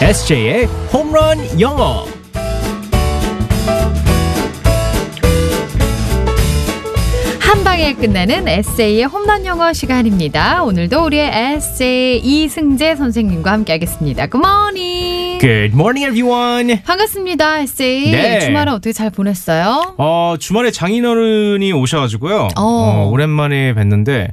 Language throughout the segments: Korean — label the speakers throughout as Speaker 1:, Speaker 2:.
Speaker 1: SJ의 홈런 영어.
Speaker 2: 한 방에 끝내는 에세이의 홈런 영어 시간입니다. 오늘도 우리의 에세이 이승재 선생님과 함께하겠습니다. Good morning.
Speaker 1: Good morning, everyone.
Speaker 2: 반갑습니다, 에세이.
Speaker 1: 네.
Speaker 2: 주말에 어떻게 잘 보냈어요?
Speaker 3: 어, 주말에 장인어른이 오셔가지고요.
Speaker 2: 어.
Speaker 3: 어, 오랜만에 뵀는데,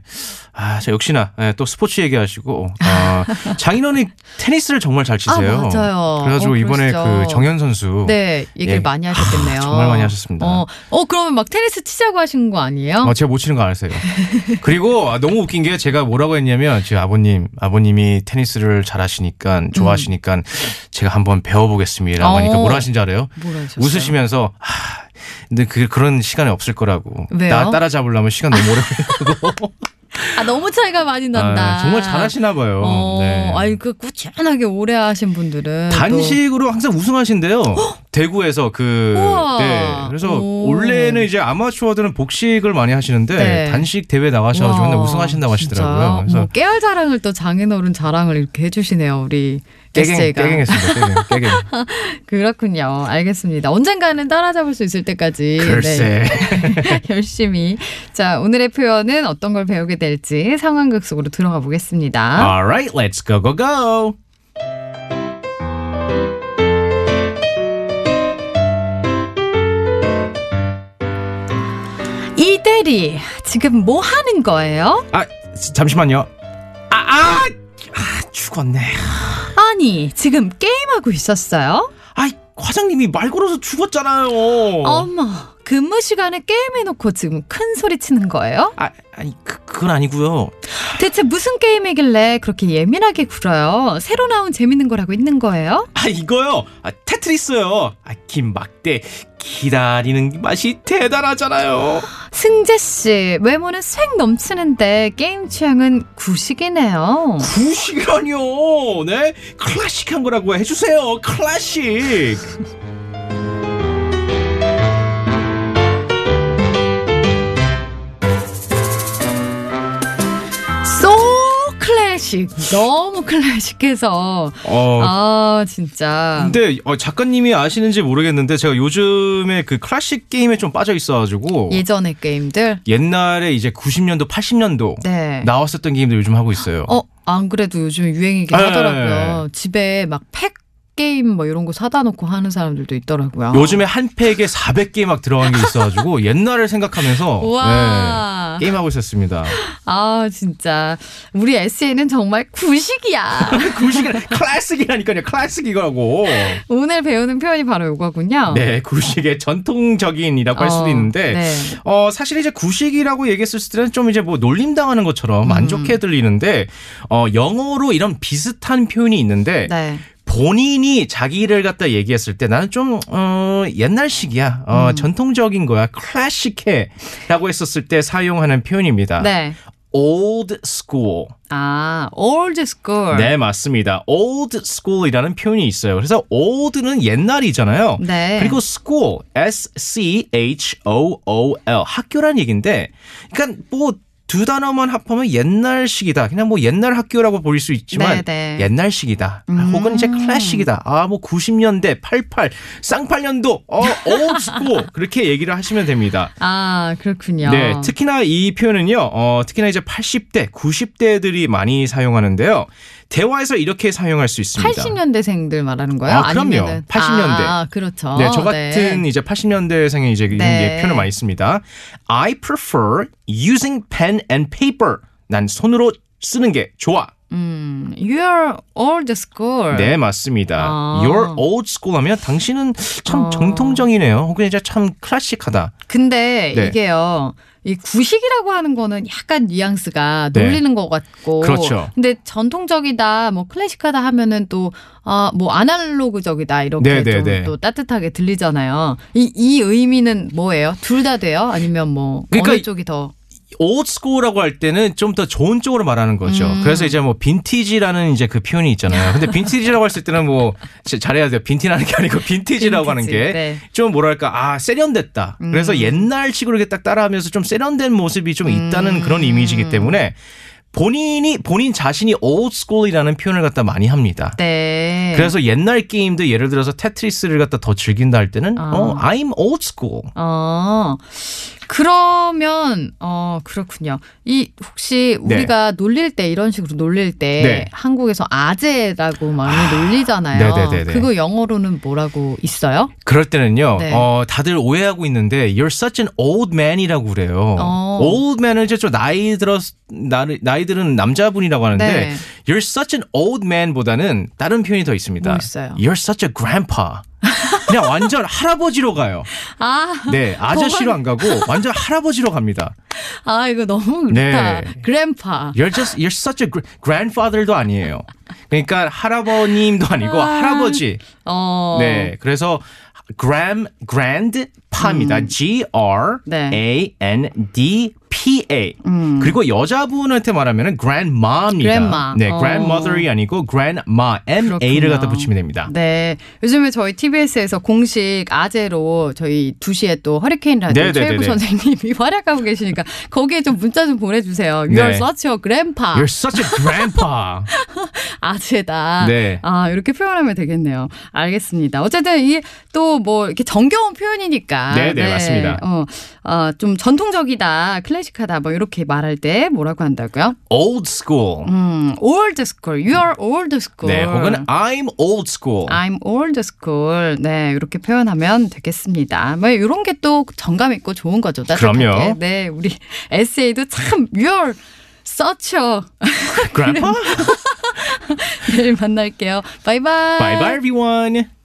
Speaker 3: 아, 저 역시나, 예, 또 스포츠 얘기하시고, 어, 장인어른이 테니스를 정말 잘 치세요.
Speaker 2: 아, 맞아요.
Speaker 3: 그래가지고
Speaker 2: 어,
Speaker 3: 이번에
Speaker 2: 그러시죠.
Speaker 3: 그 정현 선수.
Speaker 2: 네, 얘기를
Speaker 3: 예.
Speaker 2: 많이 하셨겠네요.
Speaker 3: 정말 많이 하셨습니다.
Speaker 2: 어, 어, 그러면 막 테니스 치자고 하신 거 아니에요?
Speaker 3: 어, 제가 못 치는 거 아세요. 그리고 아, 너무 웃긴 게 제가 뭐라고 했냐면, 제 아버님, 아버님이 테니스를 잘 하시니까, 좋아하시니까, 제가 한번 배워보겠습니다. 라고 하니까
Speaker 2: 음. 어.
Speaker 3: 뭐라 하신지 알아요?
Speaker 2: 뭐라 하셨어요?
Speaker 3: 웃으시면서 하, 근데 그 그런 시간이 없을 거라고.
Speaker 2: 왜요?
Speaker 3: 나 따라잡으려면 시간 너무 오래 걸리고.
Speaker 2: 아, 너무 차이가 많이 난다.
Speaker 3: 아, 정말 잘하시나 봐요.
Speaker 2: 어,
Speaker 3: 네.
Speaker 2: 아니, 그 꾸준하게 오래 하신 분들은. 또-
Speaker 3: 단식으로 항상 우승하신대요. 대구에서 그
Speaker 2: 우와.
Speaker 3: 네. 그래서
Speaker 2: 오.
Speaker 3: 원래는 이제 아마추어들은 복식을 많이 하시는데
Speaker 2: 네.
Speaker 3: 단식 대회 나가셔 가지고
Speaker 2: 우와,
Speaker 3: 맨날 우승하신다고 하시더라고요.
Speaker 2: 진짜요? 뭐
Speaker 3: 그래서
Speaker 2: 어머, 깨알 자랑을 또 장인어른 자랑을 이렇게 해주시네요, 우리.
Speaker 3: 깨갱
Speaker 2: 에세이가
Speaker 3: 깨갱했습니다. 깨갱. 깨갱.
Speaker 2: 그렇군요. 알겠습니다. 언젠가는 따라잡을 수 있을 때까지
Speaker 3: 글쎄.
Speaker 2: 예, 네, 열심히. 자, 오늘의 표현은 어떤 걸 배우게 될지 상황극 속으로 들어가 보겠습니다.
Speaker 3: Alright, let's go go go.
Speaker 2: 이 대리 지금 뭐 하는 거예요?
Speaker 3: 아 잠시만요. 아 아! 아 죽었네.
Speaker 2: 아니, 지금 게임하고 있었어요?
Speaker 3: 아이 과장님이 말 걸어서 죽었잖아요.
Speaker 2: 어머, 근무 시간에 게임해놓고 지금 큰 소리 치는 거예요?
Speaker 3: 아, 아니 그, 그건 아니고요.
Speaker 2: 대체 무슨 게임이길래 그렇게 예민하게 굴어요? 새로 나온 재밌는 거라고 있는 거예요?
Speaker 3: 아 이거요. 아, 테트리스요. 아, 긴 막대 기다리는 맛이 대단하잖아요.
Speaker 2: 승재 씨, 외모는 쇳 넘치는데 게임 취향은 구식이네요.
Speaker 3: 구시간이요. 네, 클래식한 거라고 해주세요. 클래식.
Speaker 2: 소 클래식, 너무 클래식해서
Speaker 3: 어.
Speaker 2: 아 진짜.
Speaker 3: 근데 어, 작가님이 아시는지 모르겠는데 제가 요즘에 그 클래식 게임에 좀 빠져 있어가지고
Speaker 2: 예전의 게임들.
Speaker 3: 옛날에 이제 90년도 80년도
Speaker 2: 네.
Speaker 3: 나왔었던 게임들 요즘 하고 있어요.
Speaker 2: 어, 안 그래도 요즘 유행이긴
Speaker 3: 네.
Speaker 2: 하더라고요. 집에 막 팩 게임 뭐 이런 거 사다 놓고 하는 사람들도 있더라고요.
Speaker 3: 요즘에 한 팩에 400개 막 들어간 게 있어가지고 옛날을 생각하면서
Speaker 2: 우와.
Speaker 3: 네, 게임하고 있었습니다.
Speaker 2: 아, 진짜. 우리 SA는 정말 구식이야.
Speaker 3: 구식이 그 클래식이라니까요. 클래식 이거라고.
Speaker 2: 오늘 배우는 표현이 바로 이거군요.
Speaker 3: 네, 구식의 전통적인이라고 할
Speaker 2: 어,
Speaker 3: 수도 있는데
Speaker 2: 네.
Speaker 3: 어 사실 이제 구식이라고 얘기했을 때는 좀 이제 뭐 놀림 당하는 것처럼 안
Speaker 2: 음.
Speaker 3: 좋게 들리는데 어 영어로 이런 비슷한 표현이 있는데
Speaker 2: 네.
Speaker 3: 본인이 자기를 갖다 얘기했을 때 나는 좀 어 옛날식이야. 어
Speaker 2: 음.
Speaker 3: 전통적인 거야. 클래식해라고 했었을 때 사용하는 표현입니다.
Speaker 2: 네.
Speaker 3: old school.
Speaker 2: 아, old school.
Speaker 3: 네, 맞습니다. old school이라는 표현이 있어요. 그래서 old는 옛날이잖아요.
Speaker 2: 네.
Speaker 3: 그리고 school, s c h o o l 학교란 얘기인데 그러니까 뭐 두 단어만 합하면 옛날식이다. 그냥 뭐 옛날 학교라고 보일 수 있지만
Speaker 2: 네, 음. 네.
Speaker 3: 옛날식이다. 아, 혹은 이제 클래식이다. 아, 뭐 90년대, 88, 쌍팔년도, 어, old school 그렇게 얘기를 하시면 됩니다.
Speaker 2: 아, 그렇군요.
Speaker 3: 네, 특히나 이 표현은요, 어, 특히나 이제 80대, 90대들이 많이 사용하는데요. 대화에서 이렇게 사용할 수 있습니다.
Speaker 2: 80년대생들 말하는 거예요?
Speaker 3: 아, 그럼요.
Speaker 2: 아니면은-
Speaker 3: 80년대.
Speaker 2: 아, 그렇죠.
Speaker 3: 네, 저 같은 이제 80년대생이 이제 이런
Speaker 2: 네.
Speaker 3: 게 표현을 많이 씁니다. I prefer using pen and paper. 난 손으로 쓰는 게 좋아.
Speaker 2: 음, you're old school.
Speaker 3: 네, 맞습니다.
Speaker 2: 아.
Speaker 3: Your old school 하면 당신은 참
Speaker 2: 어.
Speaker 3: 정통적이네요. 혹은 이제 참 클래식하다.
Speaker 2: 근데
Speaker 3: 네.
Speaker 2: 이게요. 이 구식이라고 하는 거는 약간 뉘앙스가
Speaker 3: 네.
Speaker 2: 놀리는 것 같고.
Speaker 3: 그렇죠.
Speaker 2: 근데 전통적이다, 뭐 클래식하다 하면은 또, 아, 뭐 아날로그적이다, 이렇게
Speaker 3: 네, 네,
Speaker 2: 좀
Speaker 3: 네.
Speaker 2: 또 따뜻하게 들리잖아요. 이, 이 의미는 뭐예요? 둘 다 돼요? 아니면 뭐,
Speaker 3: 그러니까
Speaker 2: 어느
Speaker 3: 이-
Speaker 2: 쪽이 더.
Speaker 3: old school라고 할 때는 좀 더 좋은 쪽으로 말하는 거죠.
Speaker 2: 음.
Speaker 3: 그래서 이제 뭐 빈티지라는 이제 그 표현이 있잖아요. 근데 빈티지라고 했을 때는 뭐 진짜 잘해야 돼요. 빈티라는 게 아니고 빈티지라고 하는
Speaker 2: 빈티지,
Speaker 3: 게
Speaker 2: 네. 음.
Speaker 3: 좀 뭐랄까 아 세련됐다.
Speaker 2: 음.
Speaker 3: 그래서 옛날식으로 이렇게 딱 따라하면서 좀 세련된 모습이 좀 있다는 그런 이미지이기 때문에 본인이 본인 자신이 old school이라는 표현을 갖다 많이 합니다.
Speaker 2: 네.
Speaker 3: 그래서 옛날 게임도 예를 들어서 테트리스를 갖다 더 즐긴다 할 때는
Speaker 2: 아.
Speaker 3: 어, I'm old school.
Speaker 2: 어. 그러면 어 그렇군요. 이 혹시
Speaker 3: 네.
Speaker 2: 우리가 놀릴 때 이런 식으로 놀릴 때
Speaker 3: 네.
Speaker 2: 한국에서 아재라고 많이 놀리잖아요.
Speaker 3: 네네네네.
Speaker 2: 그거 영어로는 뭐라고 있어요?
Speaker 3: 그럴 때는요.
Speaker 2: 네.
Speaker 3: 어, 다들 오해하고 있는데 you're such an old man이라고 그래요.
Speaker 2: 어.
Speaker 3: old man은 이제 좀 나이 들어 나이, 나이 들은 남자분이라고 하는데
Speaker 2: 네.
Speaker 3: you're such an old man보다는 다른 표현이 더 있습니다.
Speaker 2: 뭐 있어요?
Speaker 3: you're such a grandpa. 그냥 완전 할아버지로 가요.
Speaker 2: 아,
Speaker 3: 네, 아저씨로 안 가고 완전 할아버지로 갑니다.
Speaker 2: 아 이거 너무
Speaker 3: 네.
Speaker 2: 그렇다. 그랜파.
Speaker 3: You're just you're such a gr- grandfather도 아니에요. 그러니까 할아버님도 아니고
Speaker 2: 아.
Speaker 3: 할아버지.
Speaker 2: 어.
Speaker 3: 네, 그래서 gram grand 파입니다.
Speaker 2: 음.
Speaker 3: G R
Speaker 2: 네.
Speaker 3: A N D P A. 그리고 여자분한테 말하면 grandma입니다.
Speaker 2: 음. Grandma.
Speaker 3: 네,
Speaker 2: 어.
Speaker 3: grandmother이 아니고 grandma M A를
Speaker 2: 그렇군요.
Speaker 3: 갖다 붙이면 됩니다.
Speaker 2: 네. 요즘에 저희 TBS에서 공식 아재로 저희 2시에 또 허리케인 라디오
Speaker 3: 네네네네.
Speaker 2: 최일구 선생님이 활약하고 계시니까 거기에 좀 문자 좀 보내주세요.
Speaker 3: 네.
Speaker 2: You're such a grandpa.
Speaker 3: You're such a grandpa.
Speaker 2: 아재다.
Speaker 3: 네.
Speaker 2: 아, 이렇게 표현하면 되겠네요. 알겠습니다. 어쨌든 이 또 뭐 이렇게 정겨운 표현이니까.
Speaker 3: 네, 네, 맞습니다.
Speaker 2: 어, 어, 좀 전통적이다, 클래식하다, 뭐 이렇게 말할 때 뭐라고 한다고요?
Speaker 3: old school.
Speaker 2: 음, old school. You are old school.
Speaker 3: 네, 혹은 I'm old school.
Speaker 2: 음, I'm old school. 네, 이렇게 표현하면 되겠습니다. 뭐 이런 게 또 정감 있고 좋은 거죠. 따뜻하게.
Speaker 3: 그럼요.
Speaker 2: 네, 우리 에세이도 참 you're such a
Speaker 3: grandpa.
Speaker 2: 내일 만날게요. 바이바이.
Speaker 3: bye bye everyone.